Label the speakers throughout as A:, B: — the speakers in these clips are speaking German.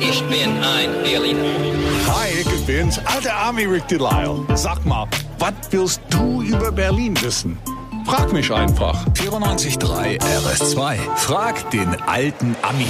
A: Ich bin ein Berliner.
B: Hi, ich bin's, alter Army Rick Delisle. Sag mal, was willst du über Berlin wissen? Frag mich einfach.
C: 94.3 RS2. Frag den alten Ami.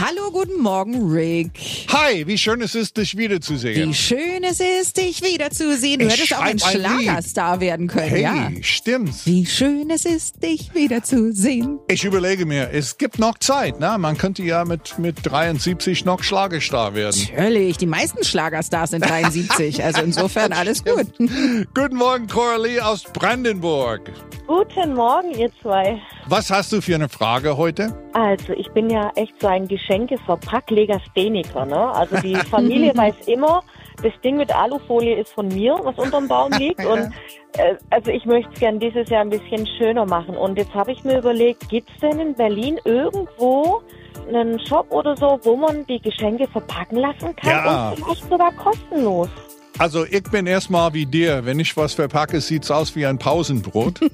D: Hallo, guten Morgen, Rick.
B: Hi, wie schön es ist, dich
D: Wie
B: wiederzusehen.
D: schön es ist, dich wiederzusehen. Du
B: Ich
D: hättest auch ein
B: schreib ein Lied.
D: Schlagerstar werden können,
B: hey,
D: ja.
B: stimmt's.
D: Wie schön es ist, dich wiederzusehen.
B: Ich überlege mir, es gibt noch Zeit, ne? Man könnte ja mit, mit 73 noch Schlagestar werden.
D: Natürlich, die meisten Schlagerstars sind 73, also insofern alles gut.
B: Guten Morgen, Coralie aus Brandenburg.
E: Guten Morgen, ihr zwei.
B: Was hast du für eine Frage heute?
E: Also, ich bin ja echt so ein Geschenkeverpacklegastheniker, ne? Also, die Familie weiß immer, das Ding mit Alufolie ist von mir, was unterm Baum liegt. Und äh, also, ich möchte es gern dieses Jahr ein bisschen schöner machen. Und jetzt habe ich mir überlegt, gibt's denn in Berlin irgendwo einen Shop oder so, wo man die Geschenke verpacken lassen kann?
B: Ja.
E: Und vielleicht sogar kostenlos.
B: Also, ich bin erstmal wie dir. Wenn ich was verpacke, sieht's aus wie ein Pausenbrot.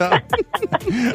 B: Ja.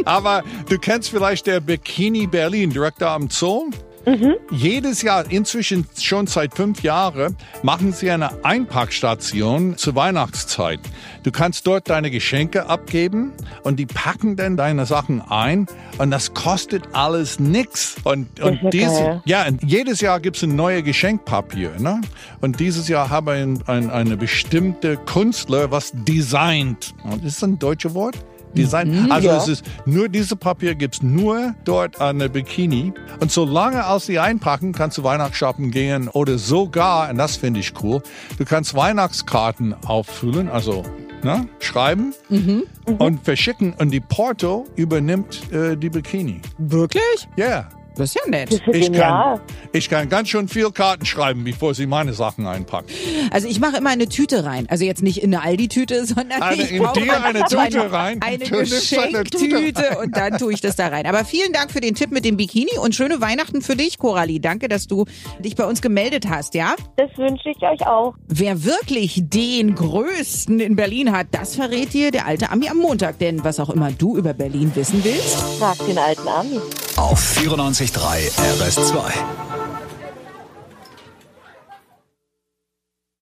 B: Aber du kennst vielleicht der Bikini Berlin, direkt da am Zoo.
E: Mhm.
B: Jedes Jahr, inzwischen schon seit fünf Jahren, machen sie eine Einpackstation zur Weihnachtszeit. Du kannst dort deine Geschenke abgeben und die packen dann deine Sachen ein und das kostet alles nix. Und, und
E: ist ja
B: dies-
E: geil.
B: ja, und jedes Jahr gibt es ein neues Geschenkpapier. Ne? Und dieses Jahr haben ein, ein, eine bestimmte Künstler was designt. Und ist das ein deutsches Wort? Design. also
E: ja.
B: es ist nur dieses Papier gibt es nur dort an der Bikini. Und solange als sie einpacken, kannst du Weihnachtsshoppen gehen oder sogar, und das finde ich cool, du kannst Weihnachtskarten auffüllen, also ne, schreiben und verschicken. Und die Porto übernimmt äh, die Bikini.
D: Wirklich?
B: Ja.
D: Das ist ja
E: Das
D: nett.
E: ist
B: Ich kann,
E: genial.
B: ich kann ganz schön viel Karten schreiben, bevor sie meine Sachen einpacken.
D: Also ich mache immer eine Tüte rein. Also jetzt nicht in eine Aldi-Tüte, sondern
B: Eine-
D: ich
B: in
D: brauche
B: dir eine
D: so
B: Tüte rein?
D: Eine
B: Du nimmst eine Tüte
D: Geschenktüte und dann tue ich das da rein. Aber vielen Dank für den Tipp mit dem Bikini und schöne Weihnachten für dich, Coralie. Danke, dass du dich bei uns gemeldet hast, ja?
E: Das wünsche ich euch auch.
D: Wer wirklich den größten in Berlin hat, das verrät dir der alte Ami am Montag. Denn was auch immer du über Berlin wissen willst.
E: Frag den alten Ami.
C: Auf 94.3 RS2.